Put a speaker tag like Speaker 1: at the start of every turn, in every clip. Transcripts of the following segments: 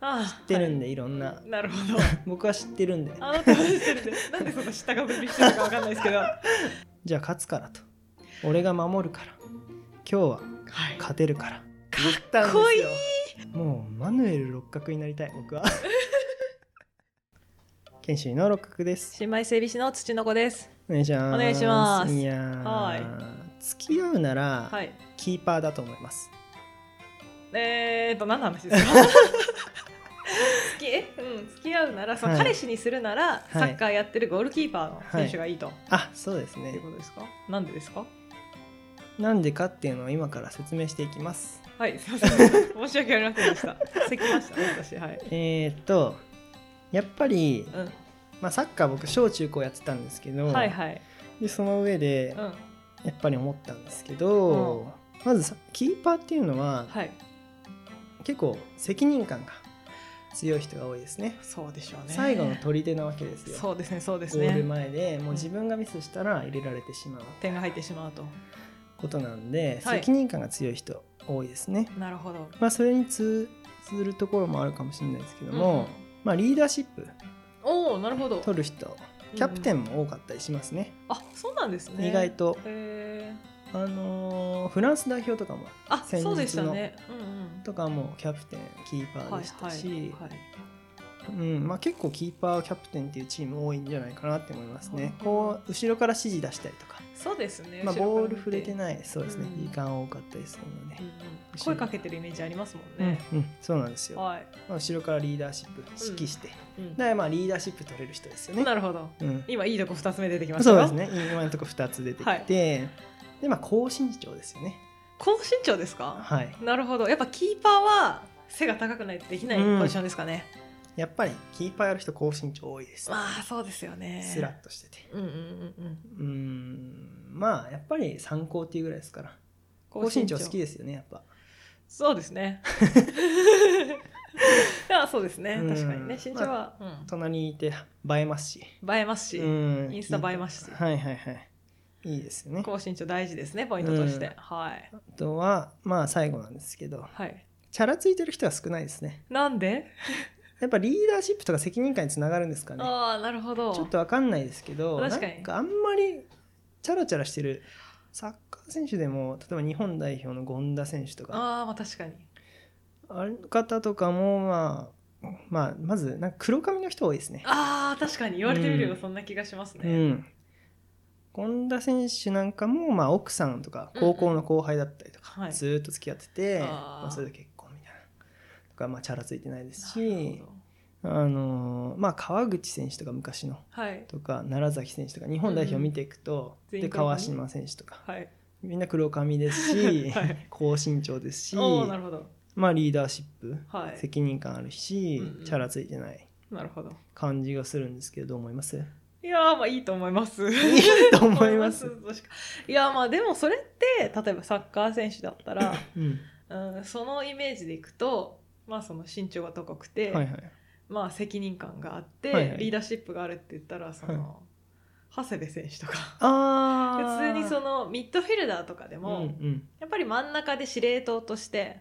Speaker 1: あ
Speaker 2: 知ってるんで、い、ろん
Speaker 1: あ、
Speaker 2: な
Speaker 1: なるほど。
Speaker 2: 僕は知ってるんで
Speaker 1: あなたは知ってるんで、なんでその知ったかぶりしてるのかわかんないですけど。は。
Speaker 2: じゃあ勝つからと俺が守るから今日はい勝てるから
Speaker 1: かっこいい
Speaker 2: 言ったんですよもうマヌエル六角になりたい 僕は研修医の六角です
Speaker 1: 新米整備士の土の子です。
Speaker 2: お願いします
Speaker 1: お願いします
Speaker 2: いやー
Speaker 1: はい
Speaker 2: 付き合うなら、
Speaker 1: はい。
Speaker 2: キーパーだと思います
Speaker 1: えーと、何の話ですか 付きえうん、付き合うなら、その
Speaker 2: はい
Speaker 1: 彼氏にするなら、
Speaker 2: い
Speaker 1: サッカーやってるゴールキーパーの選手がいいと、
Speaker 2: あそうです
Speaker 1: ってい
Speaker 2: ね
Speaker 1: うことですかなんでですか
Speaker 2: なんでかっていうのを今から説明していきます
Speaker 1: はい、すいません。申し訳ありませんでした。せきましたね、私。はい。
Speaker 2: えー、っとやっぱり、
Speaker 1: う
Speaker 2: まあ、サッカー僕小中高やってたんですけど、
Speaker 1: ん。はいはい。
Speaker 2: でその上で
Speaker 1: うん。
Speaker 2: やっぱり思ったんですけど、まずさキーパーっていうのは、
Speaker 1: はい。
Speaker 2: 結構責任感が強い人が多いですね
Speaker 1: そうでしょうね。
Speaker 2: 最後の砦なわけですよ
Speaker 1: そうですね、そうです
Speaker 2: ゴー
Speaker 1: ね。
Speaker 2: ル前でもう自分がミスしたら入れられてしまう
Speaker 1: 点が入ってしまうと。
Speaker 2: ことなんで、
Speaker 1: はい
Speaker 2: 責任感が強い人多いですね。
Speaker 1: なるほど。
Speaker 2: まあ、それに通通ずるところもあるかもしれないですけども、まあ、リーダーシップ
Speaker 1: うん、おお、なるほど。
Speaker 2: 取る人キャプテンも多かったりしますね、
Speaker 1: あ、そうなんですね。
Speaker 2: 意外。と、
Speaker 1: えー、
Speaker 2: あのーフランス代表とかも
Speaker 1: あ、
Speaker 2: 先日の
Speaker 1: そうでしたね。うんうん。
Speaker 2: とかもキャプテンキーパー
Speaker 1: はい
Speaker 2: でしたし、
Speaker 1: はいはい
Speaker 2: うんまあ、結構キーパーキャプテンっていうチーム多いんじゃないかなって思いますね、
Speaker 1: うん
Speaker 2: こう後ろから指示出したりとか、
Speaker 1: そうですね。
Speaker 2: まあ、
Speaker 1: 後ろ
Speaker 2: ボ
Speaker 1: から
Speaker 2: ール触れて
Speaker 1: 見
Speaker 2: ないそうですね、
Speaker 1: うん
Speaker 2: 時間多かったりするので
Speaker 1: うん、うん声かけてるイメージありますもんね。
Speaker 2: うんうん、そうなんですよ、
Speaker 1: はい。
Speaker 2: まあ、後ろからリーダーシップ指揮して、
Speaker 1: うん
Speaker 2: だからまあリーダーシップ取れる人ですよね。
Speaker 1: なるほど。
Speaker 2: うん、
Speaker 1: 今いいとこ二つ目出てきました
Speaker 2: そう
Speaker 1: よ。
Speaker 2: です。ね今のところ2つ出てきて、
Speaker 1: はい
Speaker 2: でまあ高身長ですよね。
Speaker 1: 高身長ですか。
Speaker 2: はい、
Speaker 1: なるほど。やっぱキーパーは背が高くないとできないポジションですかね。
Speaker 2: やっぱりキーパーやる人高身長多いです、
Speaker 1: まあそうですよね。
Speaker 2: スラッとしてて。
Speaker 1: うんうんうんうん。
Speaker 2: うんまあやっぱり参考っていうぐらいですから高身長好きですよねやっぱ。
Speaker 1: そうです ね。いやそうですね。
Speaker 2: うん
Speaker 1: 確かにね身長は、
Speaker 2: 隣にいて映えますし、
Speaker 1: うん、映えますし、
Speaker 2: うん
Speaker 1: インスタ映えますし
Speaker 2: はいはいはいいいですよね
Speaker 1: 高身長大事ですねポイントとして、
Speaker 2: うん
Speaker 1: はい
Speaker 2: あとはまあ最後なんですけど
Speaker 1: はい。
Speaker 2: チャラついてる人は少ないですね
Speaker 1: なんで？
Speaker 2: やっぱリーダーシップとか責任感につながるんですかね
Speaker 1: ああなるほど。
Speaker 2: ちょっとわかんないですけど
Speaker 1: 確かに
Speaker 2: なんかあんまりチャラチャラしてるサッカー選手でも例えば日本代表の権田選手とか
Speaker 1: ああまあ確かに。
Speaker 2: あの方とかも、まあ、まあまずなんか黒髪の人多いですね。
Speaker 1: ああ確かに言われてみれば
Speaker 2: うん
Speaker 1: そんな気がします
Speaker 2: う
Speaker 1: ね。
Speaker 2: ん権田選手なんかも、まあ、奥さんとか高校の後輩だったりとか、
Speaker 1: はい。
Speaker 2: ずーっと付き合ってて、
Speaker 1: あー
Speaker 2: まあ、それで結婚みたいなとか、まあ、チャラついてないです
Speaker 1: なるほ
Speaker 2: し
Speaker 1: ど、
Speaker 2: あのーまあ、川口選手とか昔の
Speaker 1: はい
Speaker 2: とか楢崎選手とか日本代表見ていくと、
Speaker 1: うん
Speaker 2: で
Speaker 1: 全員黒
Speaker 2: 川
Speaker 1: 髪
Speaker 2: 島選手とか
Speaker 1: はい。
Speaker 2: みんな黒髪ですし、
Speaker 1: はい
Speaker 2: 高身長です し、
Speaker 1: おおなるほど。
Speaker 2: まあ、リーダーシップ、
Speaker 1: はい。
Speaker 2: 責任感あるし、
Speaker 1: うんうん
Speaker 2: チャラついてない
Speaker 1: なるほど。
Speaker 2: 感じがするんですけどどう思います
Speaker 1: いやーまあいいと思います。
Speaker 2: いいと 思いま す。
Speaker 1: 思います確かいやまあでもそれって例えばサッカー選手だったら、
Speaker 2: うん、
Speaker 1: うん、そのイメージでいくと、まあ、その身長が高くて、
Speaker 2: はいはい、
Speaker 1: まあ、責任感があって、
Speaker 2: はいはい
Speaker 1: リーダーシップがあるって言ったらその、長谷部選手とか。
Speaker 2: あ
Speaker 1: 普
Speaker 2: ー
Speaker 1: 通にそのミッドフィルダーとかでも、
Speaker 2: うんうん、
Speaker 1: やっぱり真ん中で司令塔として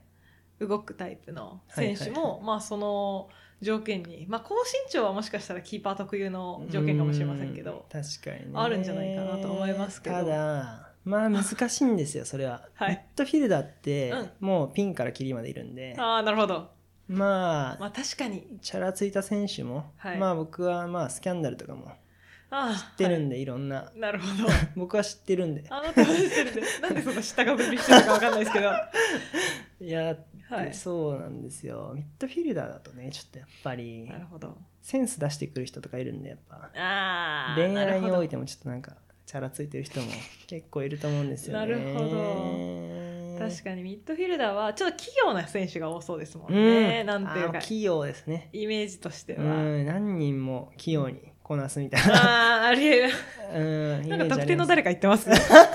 Speaker 1: 動くタイプの選手
Speaker 2: はいは
Speaker 1: も、まあその条件に、まあ、高身長はもしかしたらキーパー特有の条件かもしれませんけど、
Speaker 2: う確かにね
Speaker 1: あるんじゃないかなと思いますけど
Speaker 2: ただまあ難しいんですよそれは、
Speaker 1: はい
Speaker 2: ミッドフィルダーって、
Speaker 1: うん
Speaker 2: もうピンからキリまでいるんで
Speaker 1: ああなるほど
Speaker 2: まあ
Speaker 1: まあ確かに
Speaker 2: チャラついた選手も、
Speaker 1: はい
Speaker 2: まあ僕はまあスキャンダルとかも
Speaker 1: ああ
Speaker 2: 知ってる
Speaker 1: は
Speaker 2: んで、い、ろんない
Speaker 1: なるほど
Speaker 2: 僕は知ってるんで
Speaker 1: あなたは知ってるんでなんでそんな知ったかぶりしてるのかわかんないですけ どはい
Speaker 2: や、そうなんですよミッドフィルダーだとねちょっとやっぱり
Speaker 1: なるほど
Speaker 2: センス出してくる人とかいるんでやっぱ
Speaker 1: ああ
Speaker 2: 恋愛におい
Speaker 1: て
Speaker 2: てもちょっとなんかチャラついてる人も結構いると思うんですよ
Speaker 1: な
Speaker 2: ね
Speaker 1: るほ
Speaker 2: ど
Speaker 1: 確かにミッドフィルダーはちょっと器用な選手が多そうですもんね、なんていう
Speaker 2: あ
Speaker 1: か
Speaker 2: ー器用ですね
Speaker 1: イメージとして
Speaker 2: う
Speaker 1: は、
Speaker 2: ん何人も器用にこなすみたいな
Speaker 1: ああありえ
Speaker 2: うんイメージあり
Speaker 1: なんか
Speaker 2: ます
Speaker 1: 特定の誰か言ってますねそれ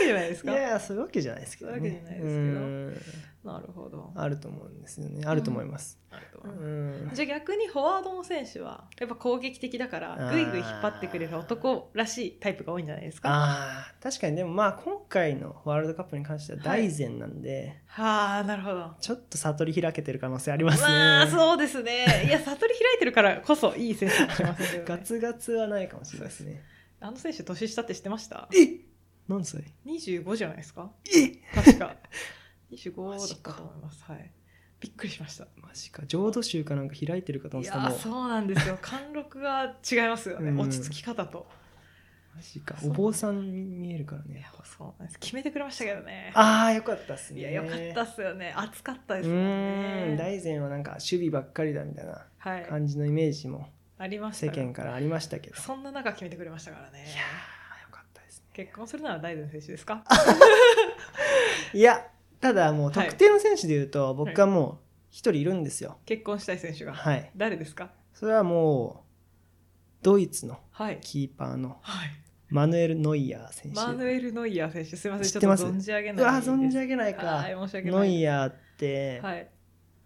Speaker 1: けじゃないです
Speaker 2: い
Speaker 1: か。
Speaker 2: やいやそういうわけじゃないですけど、ね、
Speaker 1: そういうわけじゃないですけど
Speaker 2: すけ
Speaker 1: なるほど。
Speaker 2: あると思うんですよねあると思います、
Speaker 1: なるほ
Speaker 2: う
Speaker 1: ど
Speaker 2: ん
Speaker 1: じゃあ逆にフォワードの選手はやっぱ攻撃的だからぐいぐい引っ張ってくれる男らしいタイプが多いんじゃないですか。
Speaker 2: あー確かにでもまあ今回のワールドカップに関しては大善なんで、
Speaker 1: はあなるほど。
Speaker 2: ちょっと悟り開けてる可能性ありますね、
Speaker 1: まあそうですね。いや悟り開いてるからこそいい選手かもしれませんけどね、
Speaker 2: ガツガツはないかもしれないですね
Speaker 1: あの選手年下って知ってました
Speaker 2: え何歳
Speaker 1: ?25 じゃないですか
Speaker 2: え
Speaker 1: 確か。25
Speaker 2: マ
Speaker 1: だ
Speaker 2: ジ
Speaker 1: っ
Speaker 2: か
Speaker 1: たと思います。はい。びっくりしました。
Speaker 2: マジか浄土宗かなんか開いてるかと
Speaker 1: い
Speaker 2: 思って
Speaker 1: や
Speaker 2: たも
Speaker 1: ー
Speaker 2: う
Speaker 1: そうなんですよ。貫禄が違いますよね。
Speaker 2: うん
Speaker 1: 落ち着き方と。
Speaker 2: マジか
Speaker 1: そう
Speaker 2: お坊さんに見えるから
Speaker 1: いや
Speaker 2: ね
Speaker 1: そうなんです。決めてくれましたけどね。
Speaker 2: ああよかったっすね
Speaker 1: いやよかったっすよね。暑かったです
Speaker 2: う
Speaker 1: もん
Speaker 2: ーん
Speaker 1: ね。
Speaker 2: 大善はなんか守備ばっかりだみたいな
Speaker 1: はい。
Speaker 2: 感じのイメージも
Speaker 1: ありまし
Speaker 2: 世
Speaker 1: たが
Speaker 2: 間からありましたけど、
Speaker 1: そんな中決めてくれましたからね
Speaker 2: いやーよかったですね
Speaker 1: 結婚するなら大事の選手ですか
Speaker 2: いやただもう
Speaker 1: はい
Speaker 2: 特定の選手でいうと、僕はもう一人いるんですよ
Speaker 1: 結婚したい選手が
Speaker 2: はい、
Speaker 1: 誰ですか
Speaker 2: それはもうドイツの
Speaker 1: はい
Speaker 2: キーパーの
Speaker 1: はい
Speaker 2: マヌエル・ノイヤー選手
Speaker 1: マヌエル・ノイヤー選手すみません
Speaker 2: 知
Speaker 1: ち
Speaker 2: っ
Speaker 1: ょってと
Speaker 2: ます
Speaker 1: 存じ上げ
Speaker 2: うわ
Speaker 1: ないです
Speaker 2: 存じ上げないか
Speaker 1: はい申し訳な
Speaker 2: ノ
Speaker 1: い
Speaker 2: イヤーって、
Speaker 1: はい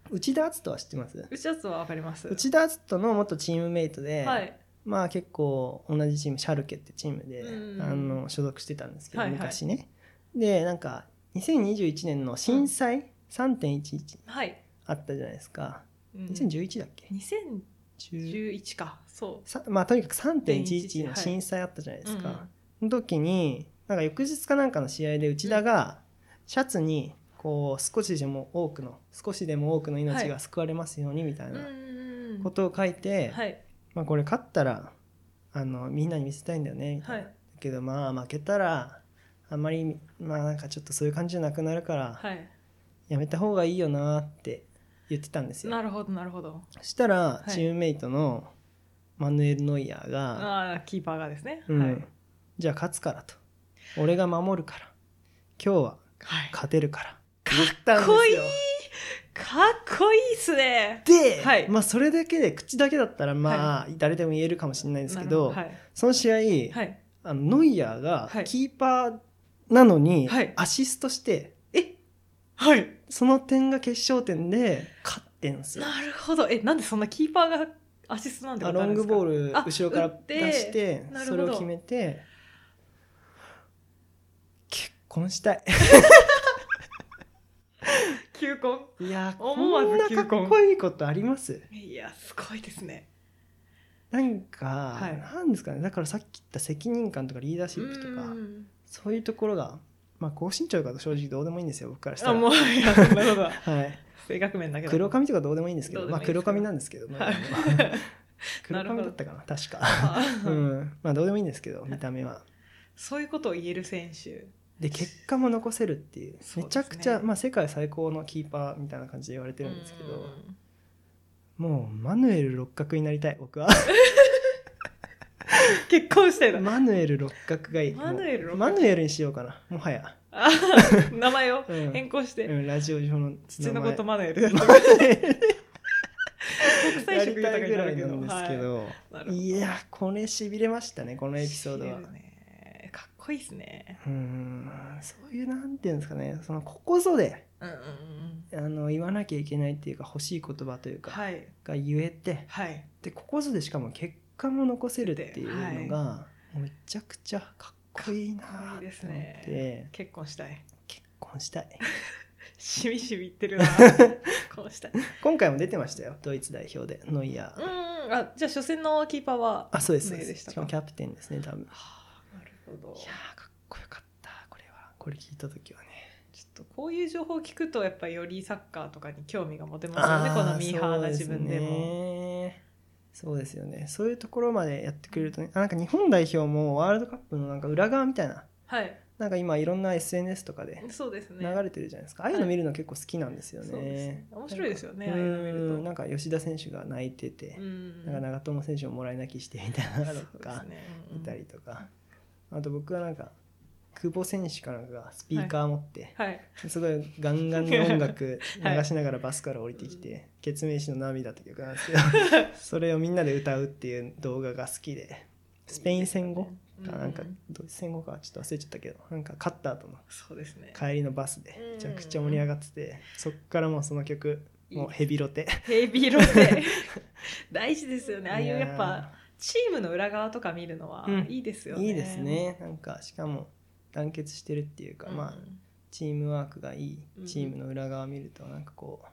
Speaker 2: 内田篤人は知ってます
Speaker 1: うちやつはわかります
Speaker 2: 内田篤人の元チームメイトで、
Speaker 1: はい
Speaker 2: まあ結構同じチームシャルケってチームで、
Speaker 1: うん
Speaker 2: あの所属してたんですけど、
Speaker 1: はいはい
Speaker 2: 昔ねでなんか2021年の震災3.11
Speaker 1: はい
Speaker 2: あったじゃないですか、
Speaker 1: うん
Speaker 2: 2011だっけ
Speaker 1: 2011
Speaker 2: 10
Speaker 1: かそ
Speaker 2: さまあとにかく3.11
Speaker 1: 3.11
Speaker 2: の震災あったじゃないですか、
Speaker 1: はいうんうん
Speaker 2: その時になんか翌日かなんかの試合で内田がシャツにこう少しでも多くの少しでも多くの命が救われますようにみたいう
Speaker 1: う
Speaker 2: なんことを書いて、
Speaker 1: はい
Speaker 2: まあ、これ勝ったらあのみんなに見せたいんだよねみたいな
Speaker 1: はい
Speaker 2: だけどまあ負けたらあんまりまあなんかちょっとそういう感じじゃなくなるから
Speaker 1: はい
Speaker 2: やめた方がいいよなって言ってたんですよ
Speaker 1: なるほどなるほど
Speaker 2: そしたら
Speaker 1: い
Speaker 2: チームメイトのマヌエル・ノイヤーが、
Speaker 1: ああーキーパーがですね
Speaker 2: うん
Speaker 1: はい
Speaker 2: じゃあ勝つからと俺が守るから今日は
Speaker 1: はい
Speaker 2: 勝てるからか
Speaker 1: っこいいかっこいいっすね
Speaker 2: で、
Speaker 1: はい
Speaker 2: まあ、それだけで口だけだったらまあ、誰でも言えるかもしれないですけ
Speaker 1: な
Speaker 2: ど
Speaker 1: るほはい
Speaker 2: その試合、
Speaker 1: はい
Speaker 2: あのノイヤーが
Speaker 1: はい
Speaker 2: キーパーなのに
Speaker 1: はい
Speaker 2: アシストして、
Speaker 1: はい
Speaker 2: その点が決勝点で勝ってんすよ。
Speaker 1: なるほど。え、なんでそんなキーパーがアシストなんて
Speaker 2: あ
Speaker 1: こと
Speaker 2: ロ
Speaker 1: ある
Speaker 2: ン
Speaker 1: んです
Speaker 2: グ
Speaker 1: か
Speaker 2: ボール
Speaker 1: あ
Speaker 2: 後ろから
Speaker 1: 打って
Speaker 2: 出して
Speaker 1: なる
Speaker 2: そ
Speaker 1: ほど
Speaker 2: れを決めて結婚したい
Speaker 1: 球根
Speaker 2: い やー
Speaker 1: 思わず
Speaker 2: こんなか
Speaker 1: 求婚
Speaker 2: っこいいことあります
Speaker 1: いや、すごいですね。
Speaker 2: なんか、
Speaker 1: い
Speaker 2: なんですかねだからさっき言った責任感とかリーダーシップとか
Speaker 1: うん
Speaker 2: そういうところがまあ高身長とか正直どうでもいいんですよ僕からした
Speaker 1: あ、
Speaker 2: ら
Speaker 1: もう、 いや、そんなことは。
Speaker 2: はい、
Speaker 1: 性格面だけど。
Speaker 2: 黒髪とかどうでもいいんですけど
Speaker 1: どうで
Speaker 2: ま
Speaker 1: も
Speaker 2: あ
Speaker 1: いいですけど
Speaker 2: 黒髪なんですけど、まあ
Speaker 1: はい
Speaker 2: 黒
Speaker 1: なるほ
Speaker 2: 髪
Speaker 1: ど
Speaker 2: だったかな確か、
Speaker 1: あ
Speaker 2: うん、まあどうでもいいんですけど見た目は。
Speaker 1: そういうことを言える選手。
Speaker 2: で結果も残せるっていう
Speaker 1: そうですね
Speaker 2: めちゃくちゃ、まあ、世界最高のキーパーみたいな感じで言われてるんですけど、
Speaker 1: うん
Speaker 2: もうマヌエル六角になりたい 僕は
Speaker 1: 結婚してた。
Speaker 2: マヌエル六角がいいもう
Speaker 1: マヌエル六角
Speaker 2: マヌエルにしようかなもはや、
Speaker 1: あ名前を
Speaker 2: うん
Speaker 1: 変更して、
Speaker 2: うんラジオ上の
Speaker 1: 土のこと
Speaker 2: マ
Speaker 1: マヌエルだと。
Speaker 2: ヌエル
Speaker 1: 国際
Speaker 2: や
Speaker 1: 色
Speaker 2: り
Speaker 1: 豊か
Speaker 2: たい
Speaker 1: に
Speaker 2: ぐ
Speaker 1: な
Speaker 2: ら
Speaker 1: る
Speaker 2: い
Speaker 1: け
Speaker 2: な
Speaker 1: ど。
Speaker 2: ん ですけ
Speaker 1: はい
Speaker 2: ど,、
Speaker 1: なる
Speaker 2: い、
Speaker 1: ほど
Speaker 2: やこれしびれましたねこのエピソードは
Speaker 1: 知れるねかっこいいですね。
Speaker 2: うんそういうなんていうんですかねそのここぞで
Speaker 1: うんうんうん。
Speaker 2: あの言わなきゃいけないっていうか欲しい言葉というか、
Speaker 1: はい。
Speaker 2: が言えて、
Speaker 1: はい。
Speaker 2: でここぞでしかも結果も残せるっていうのが、めちゃくちゃかっこいいな
Speaker 1: かっこいい
Speaker 2: ー
Speaker 1: で
Speaker 2: って
Speaker 1: す
Speaker 2: 思っ
Speaker 1: ね
Speaker 2: て、
Speaker 1: 結婚したい。
Speaker 2: 結婚したい
Speaker 1: しみしみ言って るな。結婚したい。
Speaker 2: 今回も出てましたよドイツ代表でノイヤー、
Speaker 1: うん、あ、じゃあ初戦のキーパーは。
Speaker 2: あそうですそう
Speaker 1: ノイヤー
Speaker 2: で
Speaker 1: ですしたか
Speaker 2: しかもキャプテンですね多分いや
Speaker 1: はあなるほど。
Speaker 2: ーかっこよかったこれはこれ聞いた時はね
Speaker 1: ちょっとこういう情報を聞くと、やっぱりよりサッカーとかに興味が持てますよ
Speaker 2: あ
Speaker 1: ね。
Speaker 2: ー
Speaker 1: このミーハーな自分で
Speaker 2: そうす
Speaker 1: も。
Speaker 2: ねそうですよねそういうところまでやってくれるとねあなんか日本代表もワールドカップのなんか裏側みたいな
Speaker 1: はい、
Speaker 2: なんか今いろんな SNS とかで
Speaker 1: そうですね。
Speaker 2: 流れてるじゃないですか、ああいうの見るの結構好きなんですよね,、
Speaker 1: そうですね面白いですよね
Speaker 2: な
Speaker 1: あ
Speaker 2: ん
Speaker 1: あい
Speaker 2: か
Speaker 1: うの見ると
Speaker 2: うんなんか吉田選手が泣いてて
Speaker 1: う、ん。
Speaker 2: なんか長友選手をもらい泣きしてみたいなの
Speaker 1: そうで
Speaker 2: が
Speaker 1: す ねうん
Speaker 2: いたりとか、あと僕はなんか久保選手かなんかがスピーカー持って、
Speaker 1: はい。
Speaker 2: すごいガンガンの 音楽
Speaker 1: はい
Speaker 2: 流しながらバスから降りてきて「ケツメイシの涙」って 曲なんですけどそれをみんなで歌うっていう動画が好きでスペイン戦後かなんか
Speaker 1: う
Speaker 2: どう戦後かちょっと忘れちゃったけどなんか勝った後の
Speaker 1: そうですね
Speaker 2: 帰りのバスで
Speaker 1: うん
Speaker 2: めちゃくちゃ盛り上がっててそっからもうその曲もうヘビロテ
Speaker 1: ヘビロ テ大事ですよねああいう
Speaker 2: いやー
Speaker 1: やっぱチームの裏側とか見るのは
Speaker 2: うん
Speaker 1: いいですよね、
Speaker 2: いいですねなんかしかも団結してるっていうか、
Speaker 1: うん、
Speaker 2: まあチームワークがいい
Speaker 1: うん
Speaker 2: チームの裏側を見るとなんかこ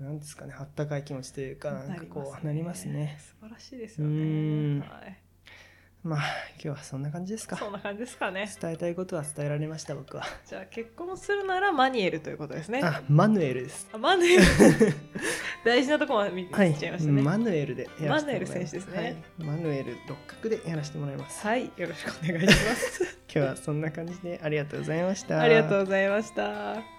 Speaker 2: うなんですかねあったかい気持ちというかなんかこうなりますね
Speaker 1: 素晴らしいですよ
Speaker 2: うん
Speaker 1: ねはい
Speaker 2: まあ今日はそんな感じですか
Speaker 1: そんな感じですかね
Speaker 2: 伝えたいことは伝えられました僕は
Speaker 1: じゃあ結婚するならマニエルということですね
Speaker 2: あマヌエルです
Speaker 1: あマヌ エル大事なとこまで見て
Speaker 2: はい
Speaker 1: きちゃいましたね、
Speaker 2: マヌエルでやらせ
Speaker 1: マヌ
Speaker 2: てもらいます
Speaker 1: エル選手ですね
Speaker 2: はいマヌエル六角でやらせてもらいます
Speaker 1: はい、 よろしくお願いします。
Speaker 2: 今日はそんな感じでありがとうございました
Speaker 1: ありがとうございました。